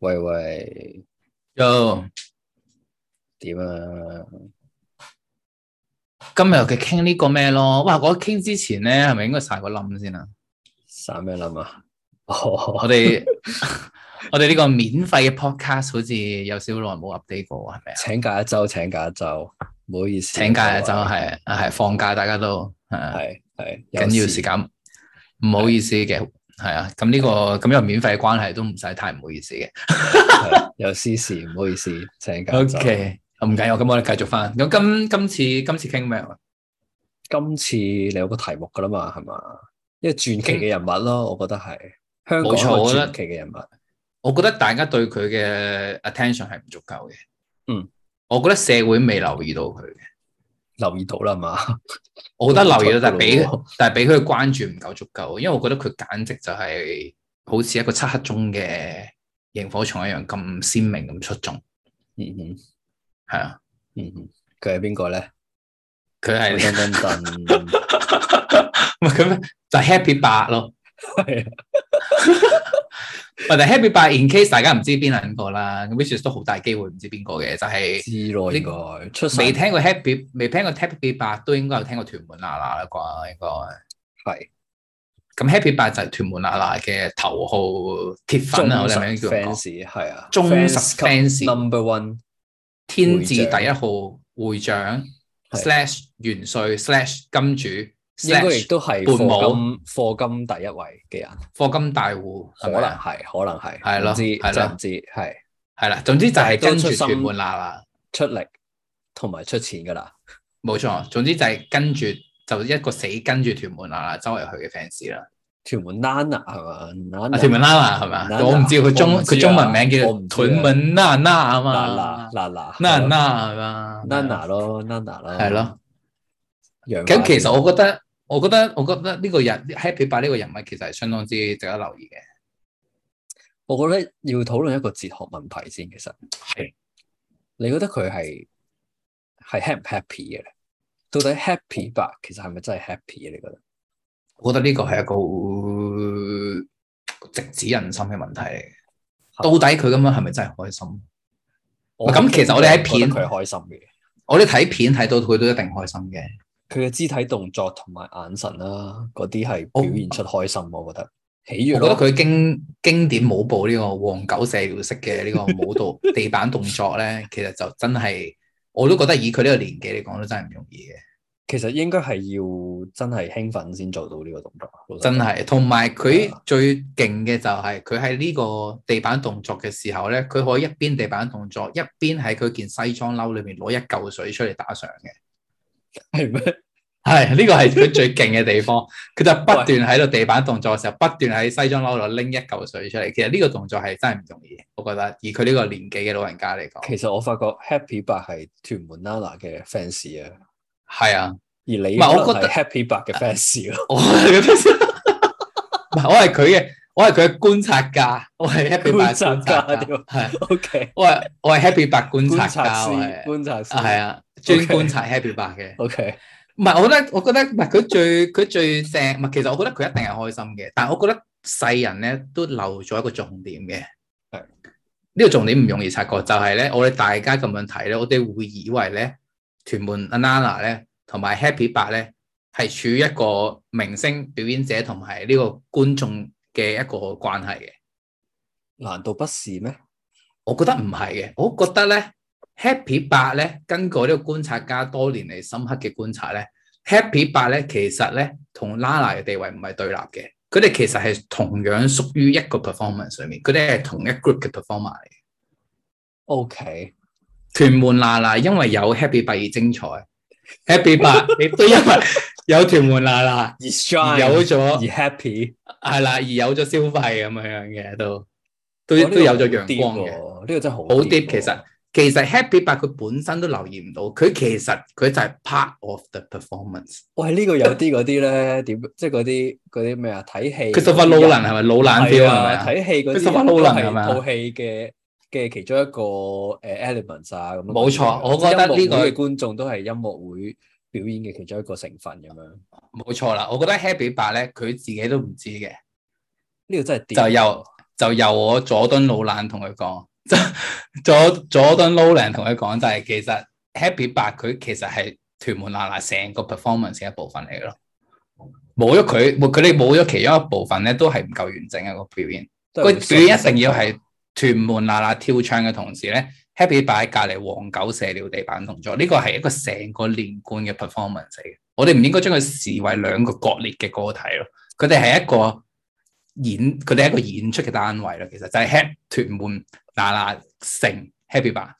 喂喂，就點啊？今日嘅傾呢個咩咯？哇！我傾之前咧，係咪應該晒個冧先啊？散咩諗啊？ 哦，我哋 我哋呢個免費嘅 podcast 好似有少耐冇 update 過，係咪啊？請假一周，請假一周，唔好意思，請假就各位係係放假，大家都係啊係係有緊要時間，唔好意思嘅係啊。咁呢個咁有免費嘅關係，都唔使太唔好意思嘅。係有私事，唔好意思，請假 O 一周。 K，唔緊要，咁我哋繼續翻。咁今今次今次傾咩啊？今次你有個題目㗎啦嘛，係嘛？因為傳奇嘅人物咯，我覺得係香港冇錯一我個覺得傳奇嘅人物。我覺得大家對佢嘅 attention 係唔足夠嘅。嗯，我覺得社會未留意到佢嘅。留意到啦係嘛，我覺得 留意到，但係俾都唔錯㗎但係俾佢嘅關注唔夠足夠，因為我覺得佢簡直就係好似一個漆黑中嘅螢火蟲一樣咁鮮明咁出眾，嗯嗯係啊，嗯嗯，佢係邊個咧？佢噔係噔噔 噔，唔係 咁就 Happy 八咯，係啊或者 Happy 八 in case 大家唔知邊兩個啦，咁 which is 都好大機會唔知邊個嘅，就係、知咯，應該出世未聽過 Happy 未聽過 Happy 八都應該有聽過屯門娜娜啦啩，應該係咁 Happy 八就係屯門娜娜嘅頭號鐵粉啊，我哋係咪應該忠實咁講 fans 係啊，忠實 fans club number one 天字第一號會長係 slash 元帥 slash 金主應該亦 slash 都係伴舞課金課金第一位嘅人，課金大戶，可係能咪啊？係可能係，係咯唔知係咯真係唔知係係啦，總之就係跟住屯門啦啦，出力同埋出錢㗎啦，冇錯。總之就係跟住就一個死跟住屯門啦啦周圍去嘅 fans 啦。屯門 Nana 係嘛啊， ，Nana 屯門啦啦係咪啊？ Nana，我唔知佢我中唔知啊佢中文名叫我唔知啊屯門啦啦啊 Nana 嘛 Nana 啦啦係嘛 Nana 咯 Nana 咯，係咯。養咁花其實我覺得，我覺得，我覺得呢個人 Happy 八呢個人物其實係相當之值得留意嘅。我覺得要討論一個哲學問題先，其實係你覺得佢係係 happy 唔 happy 嘅咧？到底 happy 吧，其實係咪真係 happy 嘅？你覺得？我覺得呢個係一個好直指人心嘅問題嚟嘅。係到底佢咁樣係咪真係開心？我哦咁其實我哋喺片覺得佢係開心嘅，我哋睇片睇到佢都一定開心嘅。佢嘅肢體動作同埋眼神啦，嗰啲係我表現出開心，我覺得喜悅哦我覺得咯。佢經經典舞步呢個黃狗射尿式嘅呢個 舞蹈地板動作咧，其實就真係我都覺得以佢呢個年紀嚟講都真係唔容易嘅，其實應該係要真係興奮先做到呢個動作，老實真講係。同埋佢係啊最勁嘅就係佢喺呢個地板動作嘅時候咧，佢可以一邊地板動作，一邊喺佢件西裝褸裏面攞一嚿水出嚟打上嘅。係咩？係呢個係佢最勁嘅地方，佢就不斷喺度地板動作嘅時候，不斷喺西裝褸度拎一嚿水出嚟。其實呢個動作係真係唔容易，我覺得以佢呢個年紀嘅老人家嚟講， 其實我發覺 Happy 白係屯門 Nana 嘅 fans 啊，係啊，而你唔係我可能覺得係 Happy 白嘅 fans 啊 咯。我係佢唔係我係佢嘅，我係佢嘅觀察家，我係 Happy 白觀觀察察家家，屌係 OK，我係我係 Happy 白觀觀察家，察我師，係觀察師啊係啊，專 OK 觀察 Happy 白嘅。 OK，唔係，我覺得我覺得唔係佢最佢最正，唔係其實我覺得佢一定係開心嘅，但係我覺得世人咧都漏咗一個重點嘅，係呢個重點唔容易察覺，就係咧我哋大家咁樣睇咧，我哋會以為咧屯門 Anana 咧同埋 Happy 八咧係處於一個明星表演者同埋呢個觀眾嘅一個關係嘅，難道不是咩？我覺得唔係嘅，我覺得咧 Happy 八咧，根據呢個觀察家多年嚟深刻嘅觀察咧，Happy 八咧其實咧同 Lala 嘅地位唔係對立嘅，佢哋其實係同樣屬於一個 performance 上面，佢哋係同一 group 嘅 performer 嚟嘅。 O K，屯門 Lala 因為有 Happy 八而精彩，Happy 八 亦都因為有屯門 Lala 而而 shine 有而咗 happy，係啦，而有咗消費咁樣樣嘅都都哦呢個都有咗好 deep 陽光嘅。喎呢個真係好好 deep 喎其實其實 Happy 八佢本身都留意唔到，佢其實佢就係 part of the performance。喂呢個有啲嗰啲咧點，即係嗰啲嗰啲咩啊？睇戲嗰 Christopher 啲人 Nolan 係咪老懶 feel 係係咪啊？啊？睇戲嗰啲 Christopher 人都 Nolan 係係咪啊套戲嘅嘅其中一個誒 element 啊咁樣。冇錯我覺得呢個音樂會嘅觀眾都係音樂會表演嘅其中一個成分咁樣。冇錯啦，我覺得 Happy 八咧佢自己都唔知嘅，呢個真係 deep 就由就由我佐敦老懶同佢講， 就佐佐敦 l 蘭同佢講就係其實 Happy 八佢其實係屯門嗱嗱成個 performance 嘅一部分嚟嘅咯。冇咗佢，冇佢哋冇咗其中一部分咧，都係唔夠完整嘅個表現。個表演一定要係屯門嗱嗱跳唱嘅同時咧，Happy 八喺隔離黃狗射尿地板動作，呢個係一個成個連貫嘅 performance 嚟嘅。我哋唔應該將佢視為兩個割裂嘅個體咯，佢哋係一個演，佢哋係一個演出嘅單位咯。其實就係 Happy 屯門嗱嗱城 Happy 八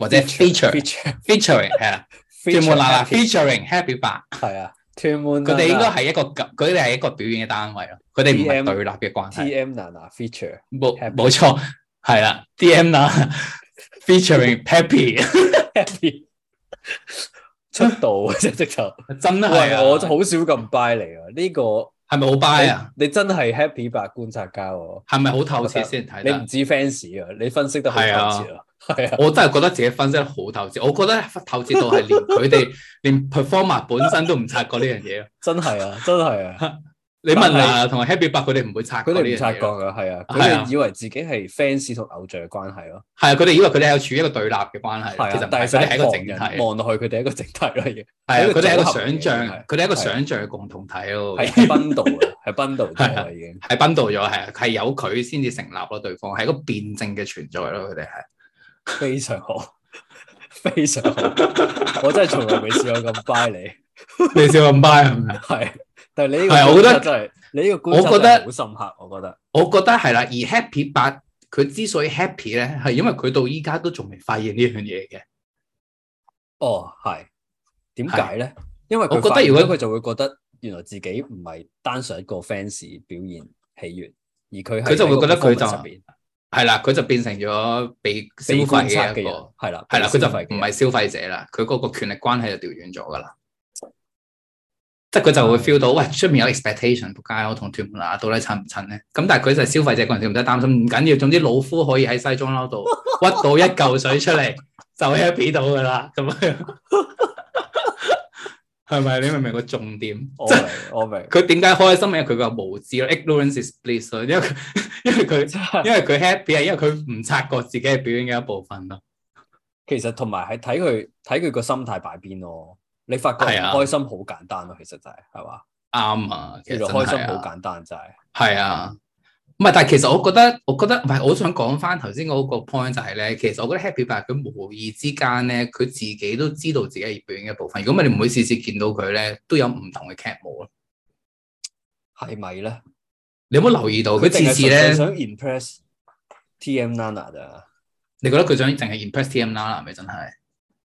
或者 feature feature featuring 係啦，屯門嗱嗱 featuring Happy 八。係啊，屯門佢哋應該係一個咁，佢哋係一個表演嘅單位咯，佢哋唔係 TM 對立嘅關係， TM 嗱嗱 feature 冇 Happy 冇錯，係啦，D.M. 啦，featuring Peppy， happy 出道即係直頭， 真係啊，喂，我就好少咁 buy 嚟喎，呢個係咪好 buy 啊？你你真係 happy 白觀察家喎，係咪好透徹先睇你唔得？止 fans 啊，你分析得好透徹啊，係啊，我真係覺得自己分析得好透徹，我覺得透徹到係連佢 哋連 performer 本身都唔察覺呢樣嘢咯。真係啊，真係 啊。你問但係啊，同埋 Happy 八佢哋唔會察覺佢呢哋唔樣察覺嘢咯，噶，係啊，佢係啊哋以為自己係 fans 同偶像嘅關係咯，係啊，佢哋以為佢哋係處於一個對立嘅關係，係其實啊唔，但係係佢哋係一個整人體。望落去，佢哋係一個整體咯，已經係一啊，佢個哋係一個組合嚟想嘅像，係佢哋係一個係想像嘅共同體咯。係係崩到啦，係崩 到咗啦，已經係啊崩到咗，係啊係有佢先至成立咯，對方係一個辯證嘅存在咯，佢哋係非常好， 非常好，我真係從來未試過咁 buy 你，你笑咁啊 buy 係咪？係，但係你呢係啊個我覺得觀察真係，你呢個觀察我真覺得係好深刻，我覺得我覺得係啦，而 Happy 八佢之所以 happy 咧，係因為佢到依家都仲未發現呢樣嘢嘅。哦係，點解咧？因為我佢覺得發現如果咗佢就會覺得原來自己唔係單純一個 fans 表現喜悦，而佢係佢就會喺個覺得佢就 performance 入邊係啦，佢就變成咗被消被費觀察嘅嘅一人個，係啦，係啦，佢就被消費嘅唔人係消費者啦，佢嗰個權力關係就調轉咗噶啦。即係佢就會 feel 到，喂，出面有 expectation，仆街，我同屯門啊，到底襯唔襯咧？咁但係佢就係消費者嗰陣時唔使擔心，唔緊要，總之老夫可以喺西裝褸 度屈到一嚿水出嚟，就 happy 到噶啦，咁樣係咪？你明唔明個重 點？我明，我明，佢點解開心？因為佢個無知咯，ignorance is bliss 咯，因為佢因為佢真係因為佢 happy 啊係因為佢唔察覺自己係表演嘅一部分咯。其實同埋係睇佢睇佢個心態擺邊咯。你發覺係唔啊開心好簡單咯，其實就係係嘛，啱啊，其其實實真開心係好啊，簡單就係係啊。唔係，但係其實我覺得，我覺得唔係，我想講翻頭先嗰個 point 就係咧，其實我覺得 Happy 白佢無意之間咧，佢自己都知道自己係表演嘅一部分。如果唔係，你唔會次次見到佢咧都有唔同嘅 cap 冇咯。係咪咧？你有冇留意到佢次淨係次純粹咧？想 impress T M Nana 咋？你覺得佢想淨係 impress TM 啦，係咪真係？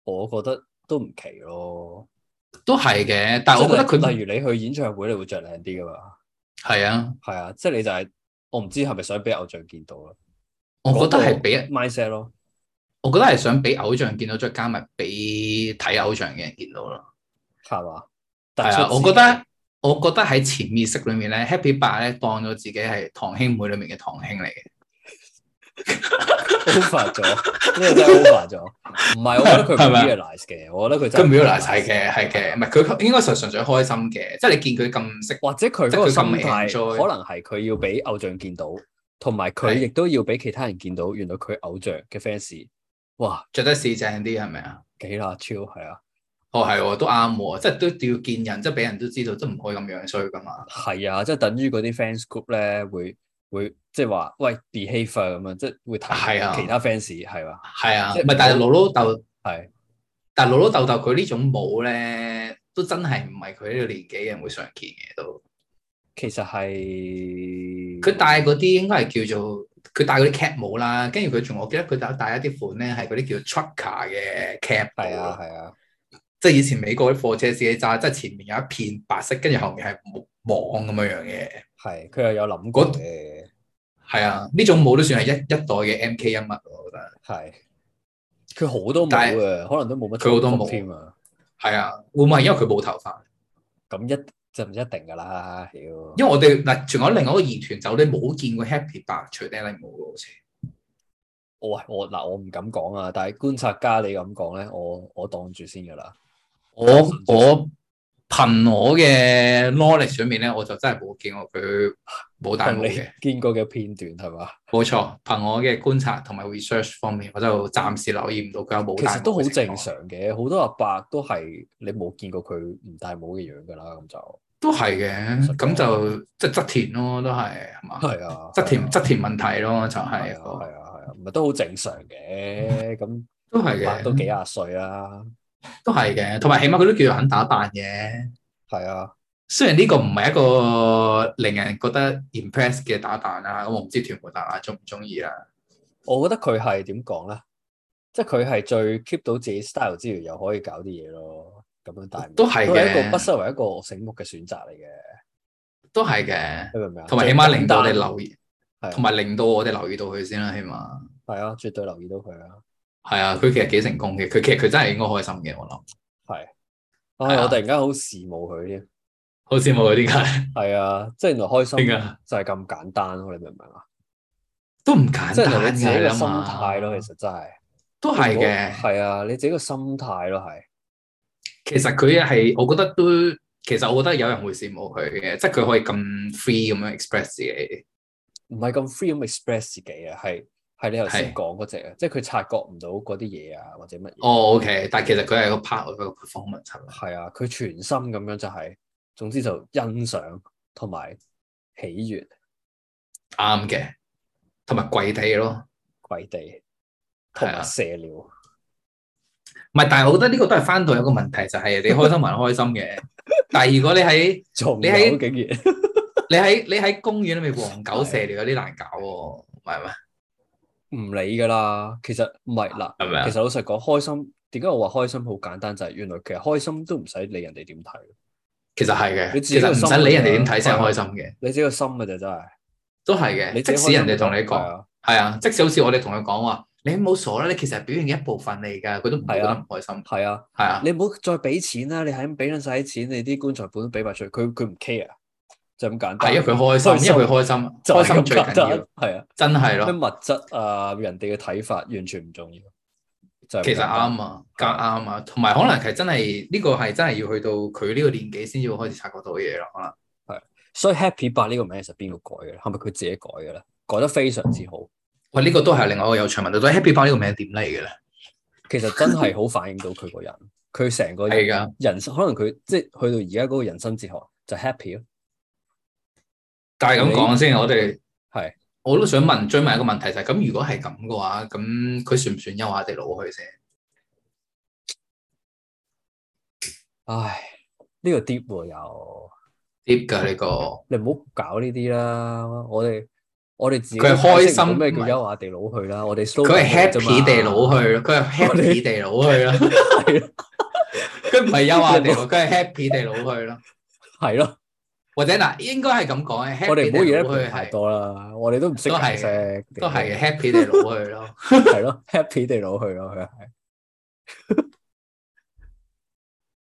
我覺得都唔奇咯。都係嘅，但係我覺得即係佢例例如你去演唱會，你會着靚啲噶嘛？係啊，係啊，即係你就係我唔知係咪想俾偶像見到咯。我覺得係俾 mindset 咯，我覺得係想俾偶像見到，再加埋俾睇偶像嘅人見到咯。係嘛？突係啊，出我自覺己得我覺得喺潛意識裏面咧，Happy 爸咧當咗自己係堂兄妹裏面嘅堂兄嚟嘅。 over 咗，呢個真係 over 咗。唔係，我覺得佢 係唔咪 realize 嘅，我覺得佢佢真唔係要嗱晒嘅，係嘅，唔係佢應該純純粹開心嘅，即係你見佢咁識，或者佢嗰個即係心佢咁態 enjoy 可能係佢要俾偶像見到，同埋佢係亦都要俾其他人見到，原來佢偶像嘅 fans，哇，着得四正啲係咪啊？幾啦超係啊，哦，係喎，都啱喎，即係都要見人，即係俾人都知道，都唔可以咁樣衰噶嘛。係啊，即係等於嗰啲 fans group 咧會會即係話喂 behave 啊咁樣，即係會係啊睇其他 fans 係嘛，係啊，即係唔係，但係老老豆，係但係老老豆豆佢呢種舞咧，都真係唔係佢呢個年紀嘅人會常見嘅都。其實係佢戴嗰啲應該係叫做佢戴嗰啲 cap 帽啦，跟住佢仲我記得佢戴戴一啲款咧係嗰啲叫 trucker 嘅 cap 係帽啊咯，係啊，即係以前美國啲貨車司機揸，即係前面有一片白色，跟住後面係網咁樣樣嘅。係佢又有諗過嗰嘅，係啊，呢種帽都算係一一代嘅 MK 一物喎，我覺得係佢好多冇但啊，可能都冇乜佢好多重複冇添啊。係啊。會唔會係因為佢冇頭髮？咁一就唔一定噶啦，屌！因為我哋嗱，仲有另外一個疑團就你冇見過 Happy 白除低領帽嘅好似。我我嗱，我唔敢講啊，但係觀察家你咁講咧，我我當住先噶啦。我我憑我嘅 knowledge 上面咧，我就真係冇見過佢冇大憑冇嘅。 你見過嘅片段係嘛？冇錯，憑我嘅觀察同埋 research 方面，我就暫時留意唔到佢有冇其戴帽嘅情況。實都好正常嘅，好多阿伯都係你冇見過佢唔戴帽嘅樣㗎啦，咁就都係嘅，咁就即係側田咯，都係 係嘛？係啊，側田係側田問題咯，就啊係啊係哦係啊係啊，唔係都好正常嘅，啊咁嗯啊都係阿伯都幾嘅，廿歲啦，都係嘅，同埋起碼佢都叫做肯打扮嘅。係啊，雖然呢個唔係一個令人覺得 impress 嘅打扮啦，咁我唔知屯門大媽中唔中意啦。我覺得佢係點講咧？即係佢係最 keep 到自己 style 之餘，又可以搞啲嘢咯，咁樣戴帽都係嘅都係一個不失為一個醒目嘅選擇嚟嘅，都係嘅，你明唔明啊？同埋起碼令到我哋最簡單留意，係同埋令到我哋留意到佢先啦，起碼。係啊，絕對留意到佢啊！係啊，佢其實幾成功嘅，佢其實佢真係應該開心嘅，我諗。唉，啊我突然間好羨慕佢添。好羨慕佢點解？係啊，即係原來開心點解就係咁簡單咯，你明唔明啊？ 都唔簡即係單你自己嘅嘅啦心嘛。態咯，其實真係都係嘅。係啊，你自己個心態咯，係其實佢係，我覺得都，其實我覺得有人會羨慕佢嘅，即係佢可以咁 free 咁樣 express 自己。唔係咁 free 咁 express 自己啊？係係你頭係先講嗰只啊，即係佢察覺唔到嗰啲嘢啊，或者乜嘢？哦，OK，但係其實佢係個 part of 個 performance 係咪係啊，佢全心咁樣就係，總之就欣賞同埋喜悅啱嘅，同埋跪地咯。跪地，同係啊埋射尿。唔係，但係我覺得呢個都係翻到有個問題，就係、你開心還開心 嘅。但係如果你喺仲你喺有竟然你喺你喺公園裏面黃狗射尿有啲難搞喎，唔係咩？唔理㗎啦，其實唔係嗱。係咪其啊？實老實講，開心點解我話開心好簡單，就係、原來其實開心都唔使理人哋點睇，其實係嘅，你自己其實個唔心使理人哋點睇啊先係開心嘅，你自己個心嘅就真係。都係你嘅。自即己使人哋同你開心就講係。啊，係啊，即使好似我哋同佢講話，你唔好傻啦，你其實係表現嘅一部分嚟㗎，佢都唔會覺得唔開心。係啊，係啊，你唔好再俾錢啦，你係咁俾撚晒啲錢，你啲棺材本都俾埋出去，佢佢唔 care，就咁簡單。係因為啊佢開開心，心因為佢開心，就開係心咁最簡緊單要，，係啊，真係咩咯。物質啊，人哋嘅睇法完全唔重要，就係咁其實簡單啱啊，夾啱啊，同埋可能係真係呢個係真係要去到佢呢個年紀先至會開始察覺到嘢咯，可能所以 Happy 八呢個名其實邊個改嘅咧？係咪佢自己改嘅咧？改得非常之好，喂呢個都係另外一個有趣問題，到底 Happy Bar 呢個名係點嚟嘅咧？其實真係好反映到佢個人，佢成個人係㗎，人生可能佢即係去到而家嗰個人生哲學就 happy 咯，但係咁講先，我哋係我都想問追問一個問題就係咁，如果係咁嘅話，咁佢算唔算優雅地老去先？唉，呢、個 deep 喎又，啲㗎呢個。你唔好搞呢啲啦，我哋我哋自己佢係開心解釋唔到咩叫唔係優雅地老去啦，我哋佢 slogan 係嚟啫嘛 happy 地老去咯，佢係 happy 地老去咯，佢唔係優 雅地老，佢係 happy 地老去咯。係咯，或者嗱，應該係咁講嘅我哋，happy 唔好地而老家去平太係多啦，我哋都唔識都係解釋，都係嘅，happy 地老去咯。啊係咯 happy 地老去咯，佢係